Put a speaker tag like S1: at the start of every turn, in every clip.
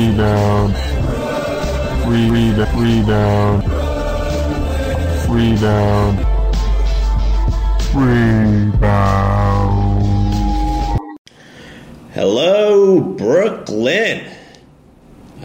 S1: Rebound. Re- reba- rebound. Rebound. Rebound.
S2: Hello, Brooklyn.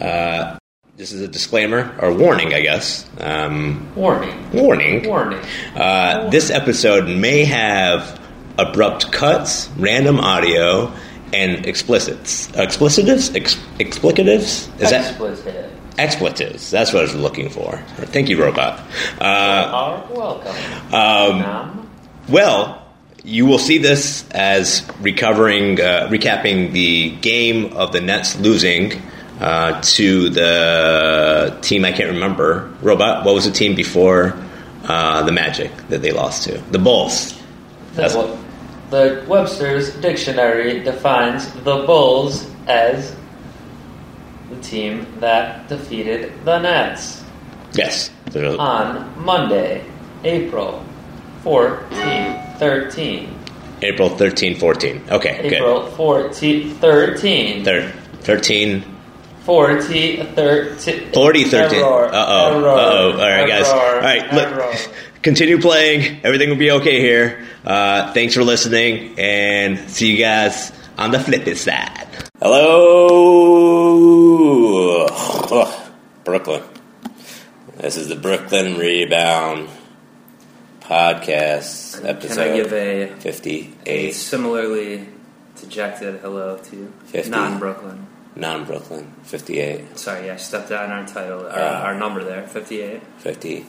S2: Uh, this is a disclaimer or warning, I guess. Um,
S3: Warning.
S2: warning.
S3: Warning.
S2: Uh, this episode may have abrupt cuts, random audio, and explicits. Explicitives? Ex- explicatives? Is that
S3: Explicit.
S2: expletives? That's what I was looking for. Thank you, robot. Uh,
S3: Are welcome. Um,
S2: Well, you will see this as recovering, uh, recapping the game of the Nets losing uh, to the team I can't remember. Robot, what was the team before uh, the Magic that they lost to? The Bulls. That's-
S3: the, the Webster's Dictionary defines the Bulls as the team that defeated the Nets
S2: Yes. The-
S4: Uh,
S3: on Monday, April 14, 13.
S2: April 13, 14. Okay,
S3: April 14, 13.
S2: good. Thir- 13,
S3: 40, 13.
S2: 40, 13.
S3: Error,
S2: Uh oh.
S3: error,
S2: Uh oh. All right, guys.
S3: error,
S2: All right, look.
S3: error.
S2: Continue playing. Everything will be okay here. Uh, thanks for listening, and see you guys on the flippy side. Hello, Brooklyn. This is the Brooklyn Rebound podcast
S4: Can I give a
S2: fifty-eight,
S4: similarly dejected hello to
S2: Fifty.
S4: non-Brooklyn?
S2: non-Brooklyn, fifty-eight.
S4: Sorry, yeah, I stepped out in our title, our,
S2: Uh.
S4: our number there, 58.
S2: 50,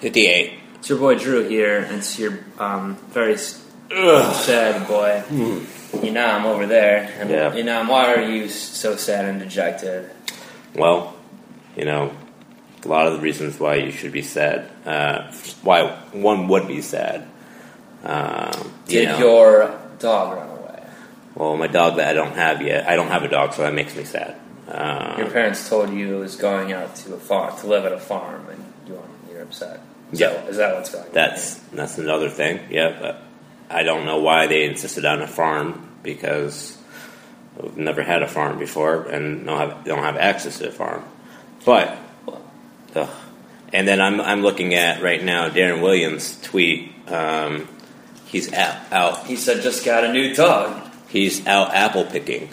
S2: 58.
S4: It's your boy Drew here, and it's your um, very s- sad boy. You know I'm over there, and
S2: Hmm. Yeah.
S4: you know I'm, why are you s- so sad and dejected?
S2: Well, you know, a lot of the reasons why you should be sad, uh, why one would be sad. Um, you
S4: Did
S2: know,
S4: your dog run away?
S2: well, my dog that I don't have yet, I don't have a dog, so that makes me sad. Uh,
S4: Your parents told you it was going out to a farm to live at a farm, and you want, you're upset. Is
S2: Yeah.
S4: that, is that what's going on?
S2: That's that's another thing. Yeah, but I don't know why they insisted on a farm because I've never had a farm before and don't have don't have access to a farm. But ugh. and then I'm I'm looking at right now Darren Williams tweet. Um, he's out, out
S4: He said, just got a new dog.
S2: he's out apple picking.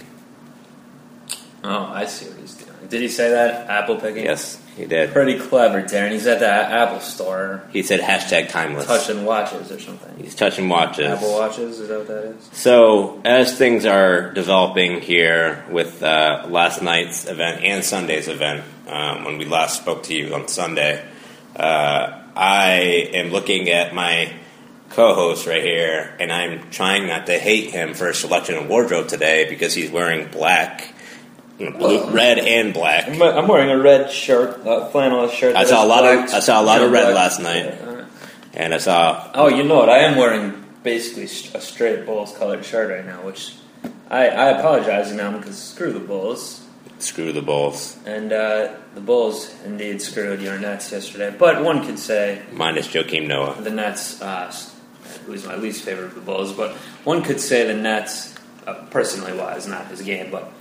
S4: Oh, I see what he's doing. Did he say that? Apple picking?
S2: Yes, he did.
S4: Pretty clever, Darren. He's at the Apple store
S2: He said hashtag timeless.
S4: touching watches or something.
S2: He's touching watches.
S4: Apple watches, is that what that is?
S2: So, as things are developing here with uh, last night's event and Sunday's event, um, when we last spoke to you on Sunday, uh, I am looking at my co host right here, and I'm trying not to hate him for selection of wardrobe today because he's wearing black, blue, red, and black.
S4: I'm, I'm wearing a red shirt, uh, flannel shirt.
S2: I
S4: that
S2: saw
S4: is
S2: a lot of-
S4: black.
S2: I saw a lot of
S4: Yeah,
S2: red
S4: black.
S2: last night.
S4: Alright.
S2: And I saw,
S4: Oh, you know what? I am wearing basically st- a straight Bulls colored shirt right now, which I, I apologize now because screw the Bulls.
S2: screw the Bulls,
S4: And uh, the Bulls indeed screwed your Nets yesterday. But one could say
S2: minus Joakim Noah.
S4: the Nets, uh, who's my least favorite of the Bulls, but one could say the Nets, uh, personally wise, not his game, but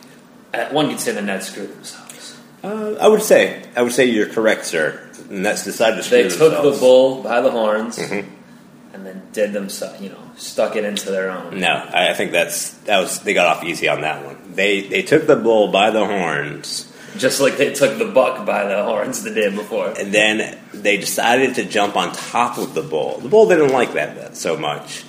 S4: uh, one could say the Nets screwed themselves.
S2: Uh, I would say, I would say you're correct, sir. And that's decided to screw
S4: They took
S2: themselves. Mm-hmm.
S4: the bull by the horns and then did themselves, you know, stuck it into their own.
S2: No, I I think that's that was they got off easy on that one. They they took the bull by the horns,
S4: Just like they took the buck by the horns the day before.
S2: and then they decided to jump on top of the bull. The bull didn't like that that so much,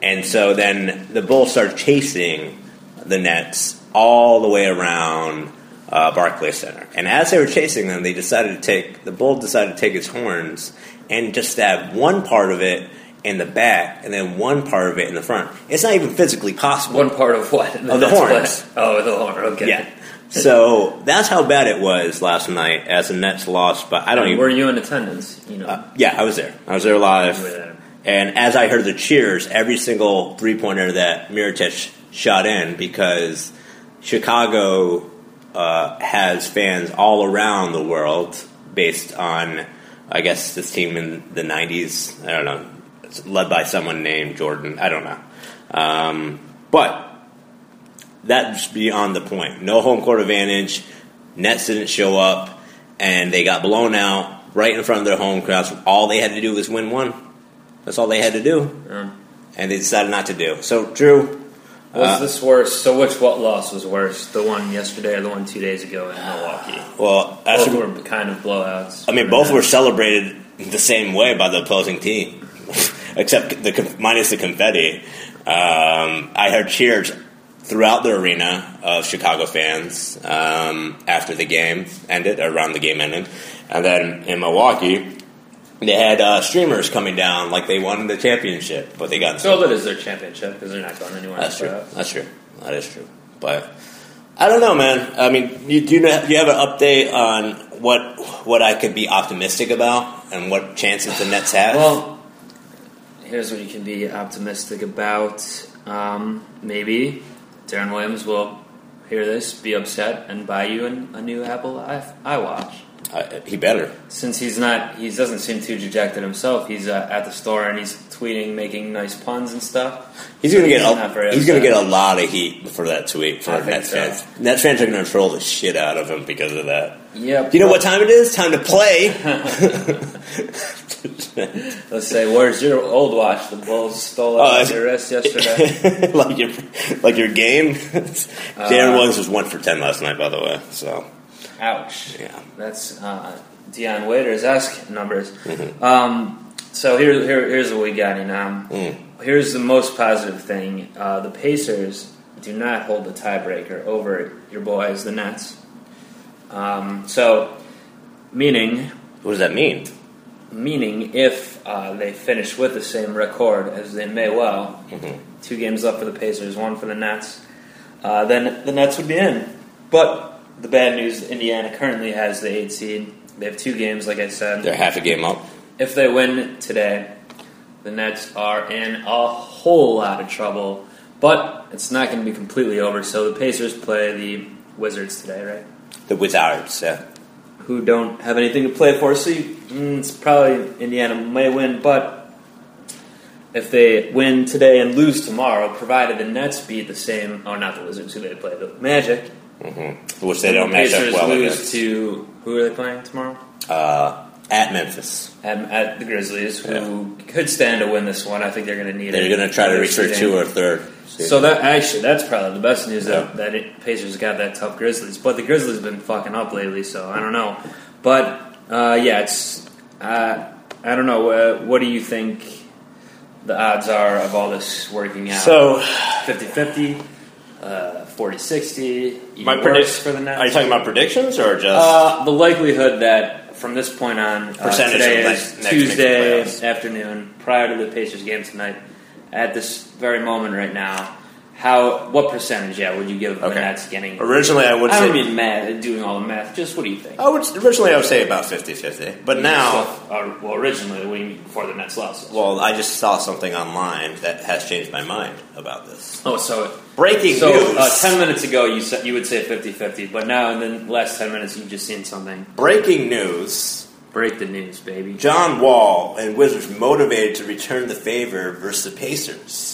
S2: and so then the bull started chasing the nets all the way around uh, Barclays Center. And as they were chasing them, they decided to take the bull decided to take its horns and just stab one part of it in the back, and then one part of it in the front. It's not even physically possible.
S4: One part of what?
S2: Of the
S4: That's what-
S2: horns.
S4: Oh, the horn, okay.
S2: Yeah. So that's how bad it was last night as the Nets lost. But I don't even.
S4: Were you in attendance? You know,
S2: Uh, yeah, I was there. I was there live.
S4: You were there.
S2: And as I heard the cheers, every single three pointer that Miritich shot in, because Chicago uh, has fans all around the world based on, I guess, this team in the 90s. I don't know. It's led by someone named Jordan. I don't know. Um, but that's beyond the point. No home court advantage. Nets didn't show up, and they got blown out right in front of their home crowds. All they had to do was win one. That's all they had to do,
S4: Um,
S2: and they decided not to do. So, Drew,
S4: was
S2: Uh,
S4: this worse? So which what loss was worse? The one yesterday or the one two days ago in Milwaukee?
S2: well,
S4: Both
S2: actually,
S4: were kind of blowouts.
S2: I mean, both were celebrated the same way by the opposing team, except the con- minus the confetti. Um, I heard cheers throughout the arena of Chicago fans um, after the game ended, around the game ended, and then in Milwaukee. They had uh, streamers coming down like they won the championship, but they got
S4: So that is their championship because they're not going anywhere.
S2: That's
S4: in the
S2: true.
S4: playoffs.
S2: That's true. That is true. But I don't know, man. I mean, you, do you know, do you have an update on what what I could be optimistic about and what chances the Nets have?
S4: Well, here's what you can be optimistic about. Um, maybe Darren Williams will hear this, be upset, and buy you an, a new Apple i iWatch.
S2: I, Uh, he better.
S4: Since he's not, he doesn't seem too dejected himself. He's uh, at the store and he's tweeting, making nice puns and stuff.
S2: He's gonna get
S4: not
S2: a,
S4: very
S2: he's gonna
S4: upset.
S2: get a lot of heat for that tweet
S4: I
S2: for
S4: think
S2: Nets
S4: so.
S2: fans. Nets fans are gonna troll the shit out of him because of that.
S4: Yeah,
S2: Do you know what time it is? Time to play.
S4: Let's say, where's your old watch? The Bulls stole it
S2: Oh,
S4: off
S2: it's-
S4: your wrist yesterday.
S2: like your like your game.
S4: Uh,
S2: Darren Williams was one for ten last night, by the way. So
S4: Ouch.
S2: Yeah.
S4: That's uh, Deion Waiters ask numbers. Um, so here, here, here's what we got, Inam. Here's the most positive thing. Uh, the Pacers do not hold the tiebreaker over your boys, the Nets. Um, so, meaning,
S2: what does that mean?
S4: meaning if uh, they finish with the same record as they may well, two games left for the Pacers, one for the Nets, uh, then the Nets would be in. But the bad news: Indiana currently has the eight seed. They have two games, like I said.
S2: They're half a game up.
S4: If they win today, the Nets are in a whole lot of trouble. But it's not going to be completely over. So the Pacers play the Wizards today, right?
S2: The Wizards, yeah.
S4: who don't have anything to play for. So you, mm, it's probably Indiana may win, but if they win today and lose tomorrow, provided the Nets beat the same, or not the Wizards, who they play, the Magic.
S2: Mm-hmm. which they don't
S4: the
S2: match up
S4: Pacers
S2: well
S4: lose
S2: against.
S4: to who are they playing tomorrow?
S2: Uh, at Memphis,
S4: At, at the Grizzlies, who could stand to win this one. I think they're going to need
S2: they're
S4: it.
S2: going to try to
S4: They're
S2: reach their
S4: shooting.
S2: two or third. seed.
S4: So that actually, that's probably the best news
S2: Yeah.
S4: that that it, Pacers got that tough Grizzlies, but the Grizzlies have been fucking up lately, so I don't know. But uh, yeah, it's uh, I don't know. Uh, what do you think the odds are of all this working out?
S2: So,
S4: 50-50, uh, 40-60, even
S2: my
S4: worse
S2: prediction
S4: for the Nets.
S2: Are you talking about predictions or just?
S4: Uh, the likelihood that from this point on, uh,
S2: Percentage
S4: today
S2: of
S4: is
S2: next- next
S4: Tuesday
S2: major playoffs.
S4: afternoon, prior to the Pacers game tonight, at this very moment right now, how what percentage? Yeah, would you give the
S2: Okay.
S4: Nets getting?
S2: originally, I would
S4: I
S2: say.
S4: don't mean math, doing all the math. Just what do you think?
S2: I would originally I would say about 50-50. but now,
S4: So, uh, well, originally, what do you mean before the Nets lost?
S2: well, I just saw something online that has changed my mind about this.
S4: oh, so
S2: Breaking
S4: so
S2: news!
S4: uh, ten minutes ago you said you would say 50-50, but now in the last ten minutes you've just seen something
S2: Breaking news!
S4: break the news, baby.
S2: John Wall and Wizards motivated to return the favor versus the Pacers.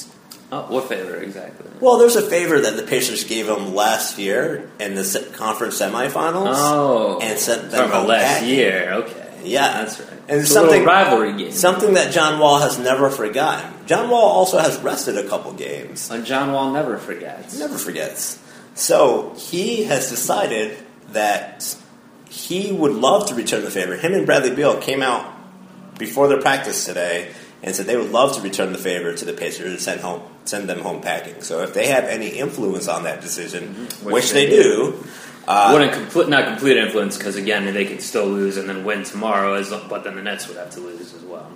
S4: Oh, what favor exactly?
S2: Well, there's a favor that the Pacers gave them last year in the se- conference semifinals.
S4: Oh,
S2: and sent them
S4: from
S2: home
S4: last
S2: back.
S4: year. Okay,
S2: Yeah.
S4: that's right.
S2: And
S4: It's a
S2: something-
S4: little rivalry game.
S2: Something that John Wall has never forgotten. John Wall also has rested a couple games.
S4: and John Wall never forgets.
S2: Never forgets. So he has decided that he would love to return the favor. Him and Bradley Beal came out before their practice today and said they would love to return the favor to the Pacers and send home send them home packing. So if they have any influence on that decision, which,
S4: Which
S2: they,
S4: they
S2: do,
S4: Uh, Wouldn't complete, not complete influence because again they could still lose and then win tomorrow. As but then the Nets would have to lose as well.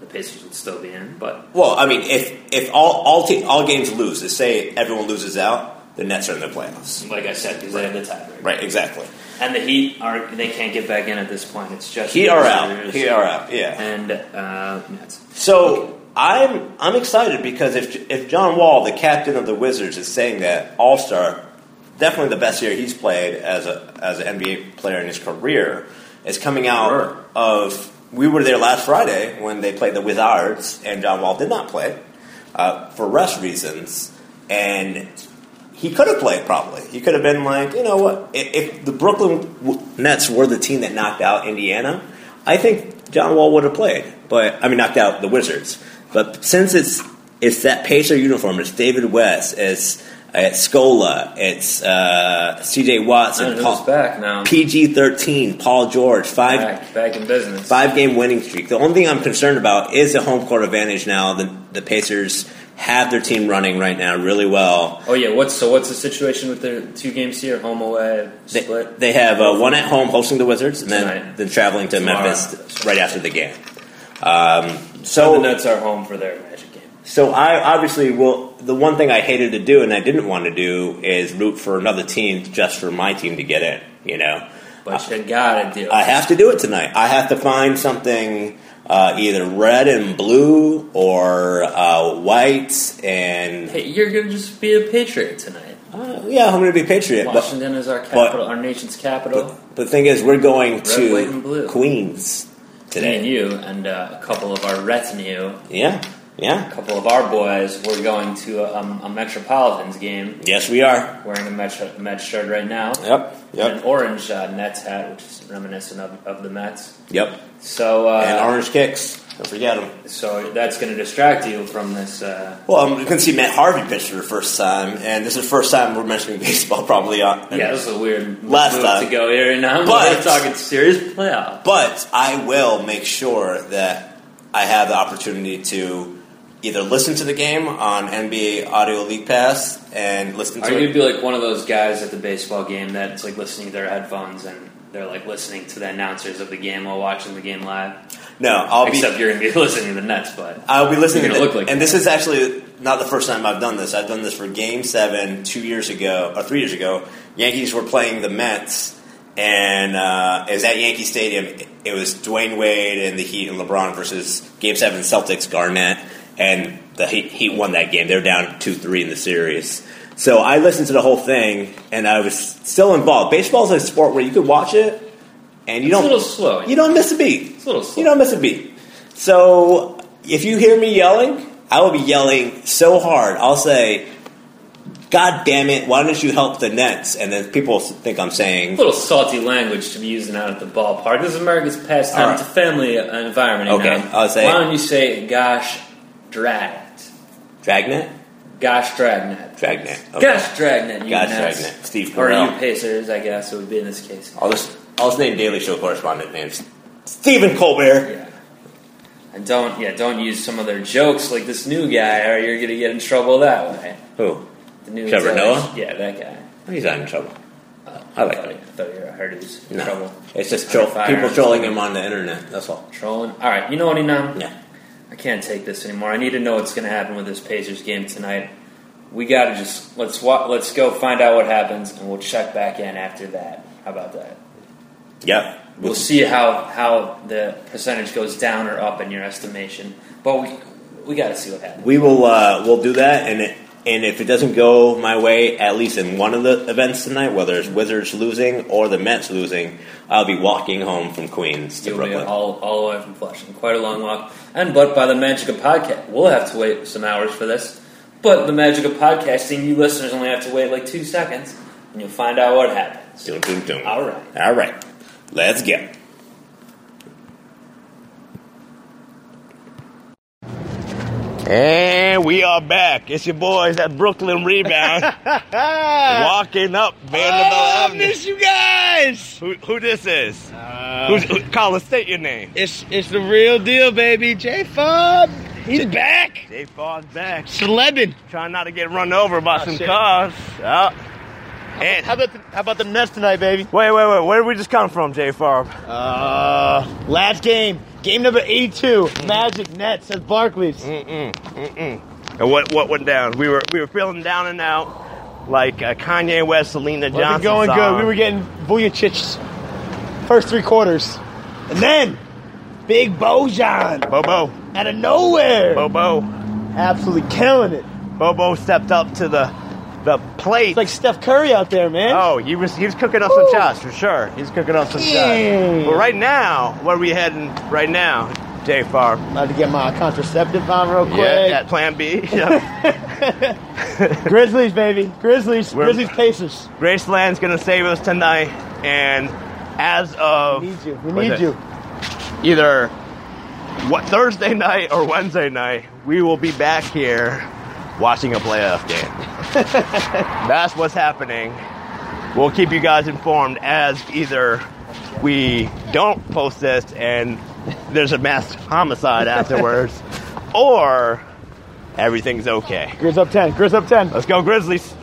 S4: The Pacers would still be in, but
S2: Well, I mean, if if all all, te- all games lose, let's say everyone loses out, the Nets are in the playoffs.
S4: like I said, because they have the tiebreaker.
S2: Right, exactly.
S4: And the Heat are they can't get back in at this point. It's just
S2: He are out.
S4: Pacers
S2: He are out. Yeah.
S4: and uh, Nets.
S2: So I'm I'm excited because if if John Wall, the captain of the Wizards, is saying that All Star, definitely the best year he's played as a as an NBA player in his career, is coming out
S4: Sure.
S2: of. We were there last Friday when they played the Wizards, and John Wall did not play uh, for rest reasons, and he could have played probably. He could have been like, you know what? If, if the Brooklyn w- Nets were the team that knocked out Indiana, I think John Wall would have played. But I mean, knocked out the Wizards. But since it's it's that Pacer uniform, it's David West, it's it's Scola, it's uh, C.J. Watts,
S4: I don't
S2: and
S4: know
S2: Paul,
S4: who's back now.
S2: PG thirteen, Paul George, five
S4: Back, back in business.
S2: five game winning streak. The only thing I'm concerned about is the home court advantage now. The, the Pacers have their team running right now really well.
S4: Oh yeah, what's so? What's the situation with their two games here, home away
S2: They,
S4: split?
S2: they have uh, one at home hosting the Wizards and then,
S4: Tonight.
S2: then traveling to
S4: Tomorrow.
S2: Memphis right after the game. Um,
S4: so the
S2: so,
S4: Nets are home for their Magic game.
S2: so I obviously will. The one thing I hated to do and I didn't want to do is root for another team just for my team to get in, you know?
S4: But you gotta do.
S2: I have to do it tonight. I have to find something uh, either red and blue or uh, white and
S4: Hey, you're gonna just be a patriot tonight.
S2: uh, yeah, I'm going to be patriot. But,
S4: Washington is our capital, our nation's capital.
S2: but the thing is, we're going
S4: white, and blue.
S2: to Queens
S4: Me and
S2: today.
S4: you and uh, a couple of our retinue,
S2: Yeah,
S4: a
S2: yeah,
S4: couple of our boys, we're going to um, a Metropolitans game.
S2: yes, we are.
S4: Wearing a Met, Met shirt right now,
S2: Yep,
S4: and an
S2: yep,
S4: orange uh, Nets hat, which is reminiscent of, of the Mets.
S2: yep.
S4: So, uh,
S2: And orange kicks. Don't forget them.
S4: so that's going to distract you from this. Uh,
S2: Well, um, you can see Matt Harvey pitch for the first time, and this is the first time we're mentioning baseball probably uh, on.
S4: Yeah, this is a weird
S2: Last
S4: move
S2: time.
S4: to go here and now.
S2: But-
S4: we're talking serious playoff.
S2: But I will make sure that I have the opportunity to either listen to the game on NBA Audio League Pass and listen
S4: Are
S2: to
S4: you
S2: it.
S4: gonna be like one of those guys at the baseball game that's like listening to their headphones and they're like listening to the announcers of the game while watching the game live?
S2: No, I'll be.
S4: Except you're gonna be listening to the Nets, but
S2: I'll be listening.
S4: You're
S2: to
S4: gonna
S2: the-
S4: look like
S2: and this is actually not the first time I've done this. I've done this for Game Seven two years ago or three years ago. Yankees were playing the Mets, and uh, it was at Yankee Stadium. It was Dwayne Wade and the Heat and LeBron versus Game Seven Celtics Garnett, and the Heat, Heat won that game. They were down two three in the series. So I listened to the whole thing, and I was still involved. Baseball's a sport where you could watch it, and you
S4: it's
S2: don't
S4: a little slow.
S2: you don't miss a beat.
S4: It's a little slow.
S2: You don't miss a beat. So if you hear me yelling, I will be yelling so hard. I'll say, "God damn it! Why don't you help the Nets?" And then people think I'm
S4: a
S2: saying,
S4: little salty language to be using out at the ballpark. This is America's pastime.
S2: All right.
S4: It's a family uh, environment. you
S2: Okay,
S4: know?
S2: I'll say-
S4: Why don't you say, "Gosh, drag it,
S2: "Dragnet,
S4: gosh, dragnet,
S2: Dragnet,
S4: gosh, dragnet, you
S2: Gosh,
S4: Nets.
S2: Dragnet, Steve
S4: or
S2: Carell."
S4: you Pacers, I guess it would be in this case."
S2: I'll just I'll just name Daily Show correspondent names: Stephen Colbert.
S4: Yeah. And don't yeah, don't use some of their jokes like this new guy, or you're gonna get in trouble that way.
S2: Who?
S4: The new
S2: Trevor
S4: guy.
S2: Noah?
S4: Yeah, that guy.
S2: He's not in trouble. I like
S4: thought,
S2: him.
S4: I thought you heard he was in
S2: No,
S4: trouble.
S2: it's just troll,
S4: Under fire.
S2: people trolling him on the internet. That's all.
S4: Trolling. All right, you know what, Enam?
S2: Yeah.
S4: I can't take this anymore. I need to know what's gonna happen with this Pacers game tonight. We gotta just let's wa- let's go find out what happens, and we'll check back in after that. How about that?
S2: Yep.
S4: We'll see how how the percentage goes down or up in your estimation, but we we gotta see what happens.
S2: We will uh, we'll do that, and it, and if it doesn't go my way, at least in one of the events tonight, whether it's Wizards losing or the Mets losing, I'll be walking home from Queens to
S4: You'll be
S2: Brooklyn.
S4: all, all the way from Flushing. Quite a long walk. And but by the magic of podcast, we'll have to wait some hours for this. But the magic of podcasting, you listeners only have to wait like two seconds, and you'll find out what happens.
S2: Dun, dun, dun.
S4: All right.
S2: all right, let's go. And we are back. It's your boys at Brooklyn Rebound walking up
S5: Oh, I miss you guys.
S2: Who, who this is?
S5: Uh,
S2: Who's, who, Colin, state your name.
S5: it's it's the real deal, baby. J Fod, he's back.
S2: They falls back. Oh,
S5: Celebin.
S2: Trying not to get run over by some
S5: shit.
S2: cars. Yeah. And
S5: How about the, how about the Nets tonight, baby?
S2: wait, wait, wait. Where did we just come from, Jay Farb?
S5: Uh, last game, game number 82, Magic Nets at Barclays.
S2: And Uh, what what went down? We were we were feeling down and out, like uh, Kanye West, Selena
S5: Wasn't
S2: Johnson.
S5: going
S2: song.
S5: good. We were getting Vujicic's first three quarters, and then Big Bojan
S2: Bobo,
S5: out of nowhere,
S2: Bobo,
S5: absolutely killing it.
S2: Bobo stepped up to the the plate.
S5: It's like Steph Curry out there, man.
S2: Oh, he was he was cooking up some shots for sure. He's cooking up some shots.
S5: Yeah.
S2: But right now, where are we heading right now?
S6: J Farm.
S5: I had to get my contraceptive on real quick.
S6: Yeah, at Plan B. Yep.
S5: Grizzlies, baby. Grizzlies.
S6: We're-
S5: Grizzlies Pacers.
S6: Graceland's gonna save us tonight, and as of
S5: We need you. We
S6: what is
S5: need
S6: it?
S5: you.
S6: either what Thursday night or Wednesday night, we will be back here watching a playoff game. That's what's happening. We'll keep you guys informed as either we don't post this and there's a mass homicide afterwards, or everything's okay.
S5: Grizz up 10. Grizz up 10.
S6: Let's go, Grizzlies!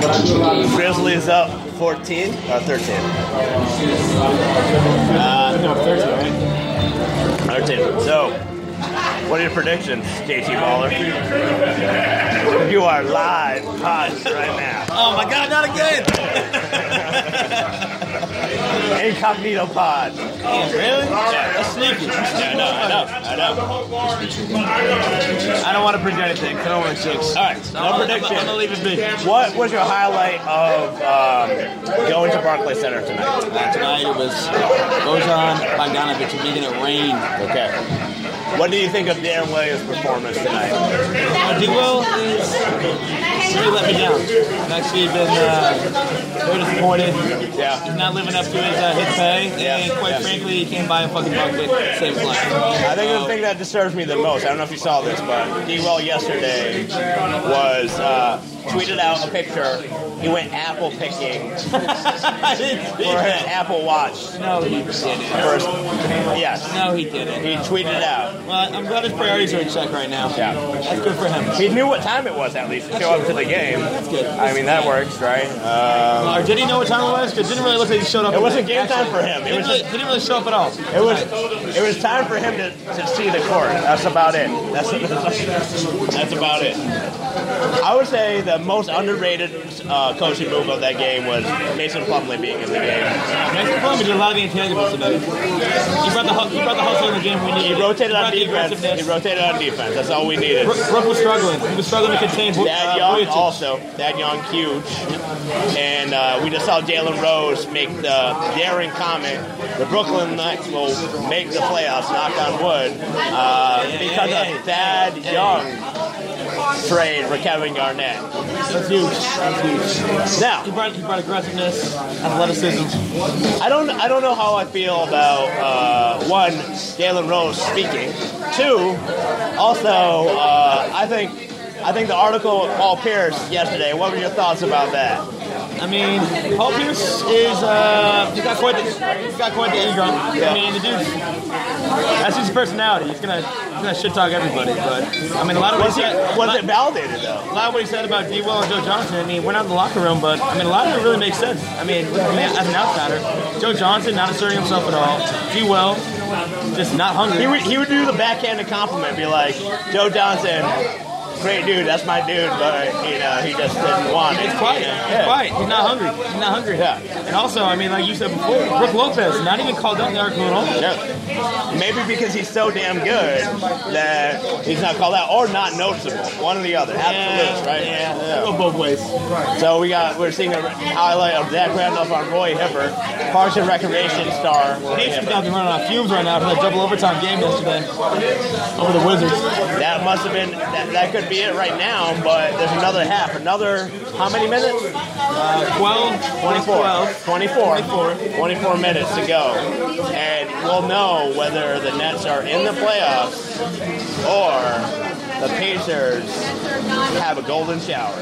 S6: Grizzlies up 14 or 13. Uh, no, 13. 13. So, what are your predictions, JT Baller? You are live pods right now. Oh my god, not again! Incognito pod. Oh, really? Yeah, that's sneaky. Yeah, I know, I know, I know. I don't want to predict anything. I don't want to jinx. All right, no prediction. I'm gonna leave it be. What was your highlight of um, going to Barclays Center tonight?
S7: Uh, tonight it was Bojan Bogdanovic making it rain.
S6: Okay. What do you think of Darren Williams' performance tonight?
S7: Uh, Digwell is really let me down. I've actually been uh, very disappointed.
S6: Yeah.
S7: He's not living up to his, uh, his pay,
S6: Yeah,
S7: and quite
S6: yeah.
S7: frankly, he came by a fucking bucket, saved his life.
S6: I think the thing that disturbs me the most, I don't know if you saw this, but D. Well yesterday was uh, tweeted out a picture. He went apple picking
S7: I didn't see
S6: for his
S7: that.
S6: Apple Watch.
S7: No, he didn't.
S6: First, yes,
S7: No, he didn't.
S6: he tweeted out.
S7: Well, I'm glad his priorities are in check right now.
S6: Yeah.
S7: That's good for him.
S6: He knew what time it was at least to show up to the game.
S7: That's good.
S6: I mean, that works, right? Um,
S7: Or did he know what time it was? Because it didn't really look like he showed up.
S6: It wasn't game time for him. It
S7: He didn't,
S6: was
S7: really, he didn't really show up at all.
S6: it was it was time for him to, to see the court. That's about it. That's that's about it. I would say the most underrated uh, coaching move of that game was Mason Plumlee being in the game.
S7: Mason Plumlee did a lot of the intangibles today. He brought the hu- he brought the hustle in the game we
S6: He
S7: needed.
S6: rotated
S7: brought
S6: on
S7: the
S6: defense. He
S7: aggressiveness.
S6: rotated on defense. That's all we needed.
S7: Brook, Brook was struggling. He was struggling to contain. Bo-
S6: Thad
S7: uh,
S6: Young
S7: Boychuk.
S6: also. Thad Young huge. And uh, we just saw Jalen Rose make the daring comment the Brooklyn Nets will make the playoffs, knock on wood, uh, because of Thad Young trade for Kevin Garnett.
S7: That's huge. That's huge. He
S6: Now,
S7: brought he brought aggressiveness, athleticism.
S6: I don't I don't know how I feel about uh, one Jalen Rose speaking. Two, also uh, I think I think the article with Paul Pierce yesterday. What were your thoughts about that?
S7: I mean, Paul Pierce is uh, he's got quite the, he's got quite the ego. I mean, the dude. That's his personality. He's gonna he's gonna shit talk everybody. But I mean, a lot of what
S6: Was
S7: he
S6: it
S7: said-
S6: was it validated though?
S7: A lot of what he said about D. Will and Joe Johnson, I mean, we're not in the locker room, but I mean, a lot of it really makes sense. I mean, I mean, as an outsider, Joe Johnson not asserting himself at all. D. Will just not
S6: He
S7: hungry.
S6: would, he would do the backhanded compliment, be like, Joe Johnson, great dude, that's my dude, but you know he just didn't want it.
S7: It's quiet. It's quiet. He's not hungry. He's not hungry.
S6: Yeah.
S7: And also, I mean, like you said before, Brooke Lopez not even called out in the article at all.
S6: Yeah. Maybe because he's so damn good that he's not called out or not noticeable. One or the other. Absolutes, right?
S7: Go both ways.
S6: Yeah. So we got we're seeing a highlight of that Randolph on Roy Hipper, Parks and Recreation star. Roy
S7: Patriots
S6: Hipper.
S7: got to be running on fumes right now from that double overtime game yesterday over the Wizards.
S6: That must have been that, that could be it right now, but there's another half. Another how many minutes?
S7: 12,
S6: 24, 24, 24 minutes to go. And we'll know whether the Nets are in the playoffs or the Pacers have a golden shower.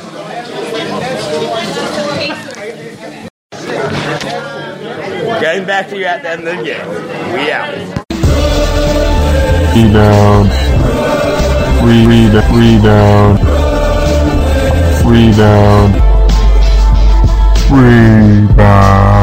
S6: Getting back to you at the end of the game. We out.
S1: Rebound. Re- re- rebound. Rebound. Rebound.